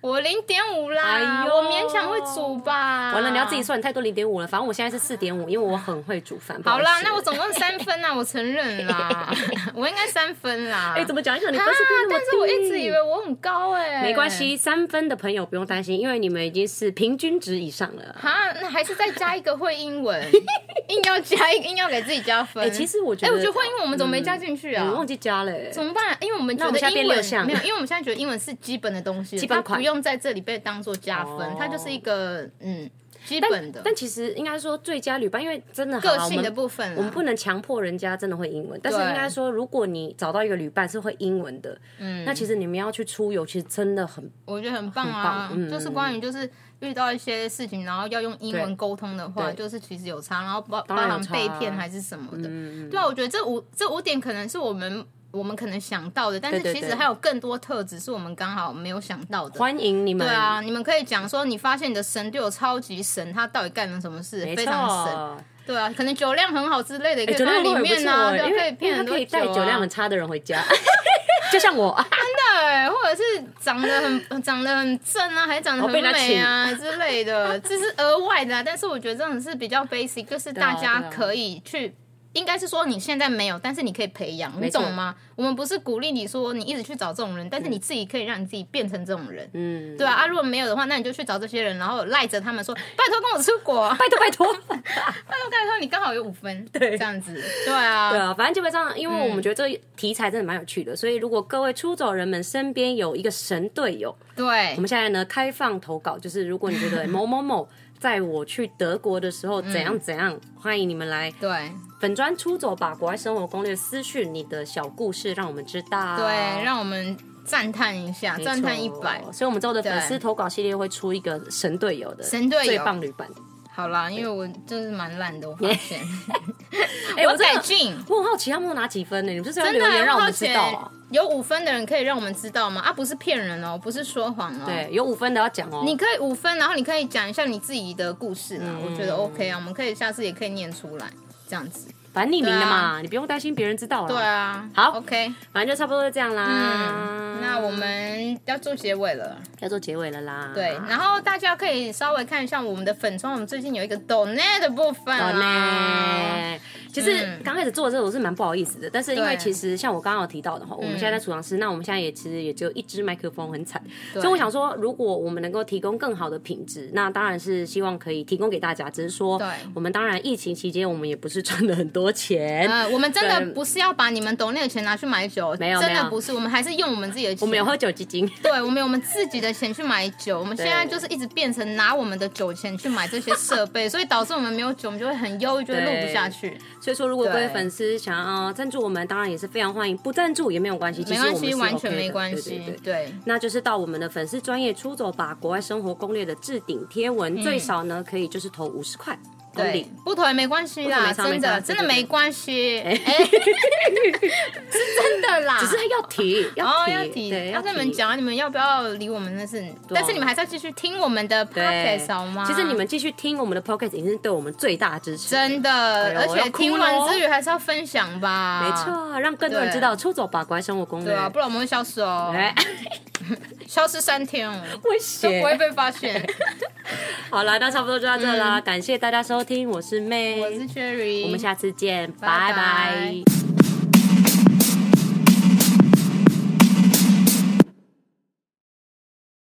Speaker 2: 我零点五啦，
Speaker 1: 哎呦
Speaker 2: 我勉强会煮吧。
Speaker 1: 完了，你要
Speaker 2: 啊
Speaker 1: 自己。算，你太多零点五了。反正我现在是四点五，因为我很会煮饭。
Speaker 2: 好
Speaker 1: 不意
Speaker 2: 啦，
Speaker 1: 思
Speaker 2: 那我总共三分 啦，我承认啦，我应该三分啦。
Speaker 1: 哎、怎么讲一讲？你分
Speaker 2: 啊
Speaker 1: 数不那么低、
Speaker 2: 但是我一直以为我很高哎、
Speaker 1: 没关。系，三分的朋友不用担心，因为你们已经是平均值以上了。
Speaker 2: 哈，那还是再加一个会英文， 硬要加一个，硬要给自己加分。
Speaker 1: 哎其实我觉
Speaker 2: 哎、
Speaker 1: 得
Speaker 2: 我觉得会英文我们怎么没加进去啊？
Speaker 1: 我忘记加了、欸，
Speaker 2: 怎么办？因为我们觉
Speaker 1: 我们
Speaker 2: 得
Speaker 1: 现在
Speaker 2: 英
Speaker 1: 变
Speaker 2: 文
Speaker 1: 六项
Speaker 2: 没有，因为我们现在觉得英文是基本的东西，
Speaker 1: 基本
Speaker 2: 它
Speaker 1: 款
Speaker 2: 不用在这里被当做加分，
Speaker 1: 哦
Speaker 2: 它就是一个嗯基本的
Speaker 1: 但其实应该说最佳旅伴，因为真的好
Speaker 2: 个
Speaker 1: 啦
Speaker 2: 性的
Speaker 1: 我们
Speaker 2: 部分啦。
Speaker 1: 我们不能强迫人家真的会英文，但是
Speaker 2: 对
Speaker 1: 应该说，如果你找到一个旅伴是会英文的，嗯，那其实你们要去出游，其实真的很
Speaker 2: 我觉得很棒啊，
Speaker 1: 很棒嗯
Speaker 2: 就是关于就是遇到一些事情，然后要用英文沟通的话，
Speaker 1: 对
Speaker 2: 就是其实有差，然后包包
Speaker 1: 当然有
Speaker 2: 含
Speaker 1: 差啊
Speaker 2: 被骗还是什么的。对啊，我觉得这五这五点可能是我们我们可能想到的，但是
Speaker 1: 对对
Speaker 2: 其实
Speaker 1: 对
Speaker 2: 还有更多特质是我们刚好没有想到的。
Speaker 1: 欢迎你们。
Speaker 2: 对啊，你们可以讲说，你发现你的神队友超级神，他到底干了什么事？
Speaker 1: 没
Speaker 2: 非
Speaker 1: 错，哎
Speaker 2: 常神。对啊，可能酒量很好之类的，也可以
Speaker 1: 酒
Speaker 2: 放在
Speaker 1: 量
Speaker 2: 里
Speaker 1: 也不
Speaker 2: 面
Speaker 1: 错
Speaker 2: 啊，
Speaker 1: 欸
Speaker 2: 对啊，
Speaker 1: 因
Speaker 2: 可以
Speaker 1: 为因为
Speaker 2: 骗
Speaker 1: 他
Speaker 2: 很多
Speaker 1: 可以
Speaker 2: 酒
Speaker 1: 带
Speaker 2: 啊
Speaker 1: 酒量很差的人回家， 就像我，啊
Speaker 2: 对，或者是长得很 长得很正啊，还长得很
Speaker 1: 哦被人家
Speaker 2: 美 啊之类的，这是额外的、啊。但是我觉得这种是比较 basic，就是大
Speaker 1: 对啊
Speaker 2: 家
Speaker 1: 对啊
Speaker 2: 可以去。应该是说你现在没有，但是你可以培养，你
Speaker 1: 错
Speaker 2: 懂吗？我们不是鼓励你说你一直去找这种人，但是你自己可以让你自己变成这种人，
Speaker 1: 嗯，
Speaker 2: 对啊。啊，如果没有的话，那你就去找这些人，然后赖着他们说，拜托跟我出国，
Speaker 1: 拜托拜托。
Speaker 2: 拜托拜托，你刚好有五分，对，这样子，对啊，
Speaker 1: 对啊，反正基本上，因为我们
Speaker 2: 嗯
Speaker 1: 觉得这个题材真的蛮有趣的，所以如果各位出走人们身边有一个神队友，
Speaker 2: 对
Speaker 1: 我们现在呢开放投稿，就是如果你觉 得哎某某某在我去德国的时候
Speaker 2: 嗯
Speaker 1: 怎样怎样，欢迎你们来
Speaker 2: 对。
Speaker 1: 粉砖出走吧国外生活攻略私讯你的小故事，让我们知道。
Speaker 2: 对，。让我们赞叹一下，
Speaker 1: 哦没
Speaker 2: 赞叹一
Speaker 1: 错
Speaker 2: 百。
Speaker 1: 所以我们之后的粉
Speaker 2: 对
Speaker 1: 丝投稿系列会出一个神队友的
Speaker 2: 神队友
Speaker 1: 最棒旅伴。
Speaker 2: 好啦，因为我就是蛮烂的，我发现。
Speaker 1: 哎、
Speaker 2: 我
Speaker 1: 我真
Speaker 2: 改
Speaker 1: 的
Speaker 2: 进，
Speaker 1: 我很好奇他们都拿几分呢？你们就是要
Speaker 2: 真
Speaker 1: 留
Speaker 2: 的
Speaker 1: 言让我
Speaker 2: 花
Speaker 1: 们知
Speaker 2: 钱
Speaker 1: 道、啊。
Speaker 2: 有五分的人可以让我们知道吗？啊，不是骗人哦，不是说谎哦。。
Speaker 1: 对，有五分的要讲哦。
Speaker 2: 你可以五分，然后你可以讲一下你自己的故事啦，
Speaker 1: 嗯
Speaker 2: 我觉得 OK 啊，我们可以下次也可以念出来，这样子。
Speaker 1: 反正匿名的嘛，
Speaker 2: 对啊
Speaker 1: 你不用担心别人知道了。
Speaker 2: 对啊，
Speaker 1: 好
Speaker 2: ，OK，
Speaker 1: 反正就差不多就这样啦。
Speaker 2: 嗯，那我们要做结尾了。
Speaker 1: 要做结尾了啦。
Speaker 2: 对，然后大家可以稍微看一下我们的粉窗，我们最近有一个抖内的部分啊
Speaker 1: 好
Speaker 2: 啦。
Speaker 1: 嘞。其实刚开始做的时哦候我是蛮不好意思的，但是因为
Speaker 2: 啊嗯对嗯
Speaker 1: 其实像我刚刚有提到的哈，我们现在在储藏室，那我们现在也其实也只有一支麦克风，很惨。所以我想说，如果我们能够提供更好的品质，那当然是希望可以提供给大家。只是说
Speaker 2: 对，
Speaker 1: 我们当然疫情期间我们也不是赚了很多钱，
Speaker 2: 呃，我们真的
Speaker 1: 对
Speaker 2: 不是要把你们抖内的钱拿去买酒，
Speaker 1: 没有
Speaker 2: 真
Speaker 1: 没
Speaker 2: 的
Speaker 1: 有
Speaker 2: 不是，我们还是用我们自己的钱。
Speaker 1: 我们有喝酒基金。
Speaker 2: 对，我们有我们自己的钱去买酒，我们现在就是一直变成拿我们的酒钱去买这些设备，所以导致我们没有酒，我们就会很忧郁，就会录不下去。
Speaker 1: 所以说，如果各位
Speaker 2: 对
Speaker 1: 粉丝想要赞助我们，当然也是非常欢迎，不赞助也没有关系，其
Speaker 2: 没
Speaker 1: 实我
Speaker 2: 关
Speaker 1: 们是
Speaker 2: 系，完
Speaker 1: OK
Speaker 2: 全
Speaker 1: 的
Speaker 2: 没关系。
Speaker 1: 对对对
Speaker 2: 对
Speaker 1: 那就是到我们的粉丝专业出走吧国外生活攻略的置顶贴文，最少呢可以就是投五十块。同理
Speaker 2: 嗯对，不投也没关系啦，
Speaker 1: 不投没差
Speaker 2: 真
Speaker 1: 没差
Speaker 2: 的真的
Speaker 1: 对对对
Speaker 2: 没 关系，哎，是真的啦。
Speaker 1: 只是要提，
Speaker 2: 哦，
Speaker 1: 要
Speaker 2: 要
Speaker 1: 提，
Speaker 2: 提
Speaker 1: 对，，
Speaker 2: 要
Speaker 1: 要
Speaker 2: 跟你们
Speaker 1: 提。啊
Speaker 2: 讲，你们要不要理我们那是？但是你们还是要继续听我们的 podcast 好吗？
Speaker 1: 其实你们继续听我们的 p o c k e t 已经是对我们最大的支持，
Speaker 2: 真的，
Speaker 1: 哎呦
Speaker 2: 而
Speaker 1: 我
Speaker 2: 且
Speaker 1: 要
Speaker 2: 听
Speaker 1: 哭了
Speaker 2: 完
Speaker 1: 哦
Speaker 2: 之余还是要分享吧。
Speaker 1: 没，错，让更多人
Speaker 2: 对
Speaker 1: 知道出走吧国外生活攻略
Speaker 2: 对。啊，不然我们会消失哦，
Speaker 1: 哎，
Speaker 2: 消失三天哦，
Speaker 1: 危
Speaker 2: 都
Speaker 1: 险
Speaker 2: 不！会被嗯发 现。
Speaker 1: 好了，那差不多就到这啦，感谢大家收听，我是妹，
Speaker 2: 我是 Cherry，
Speaker 1: 我们下次见，
Speaker 2: 拜
Speaker 1: 拜
Speaker 2: 拜
Speaker 1: 拜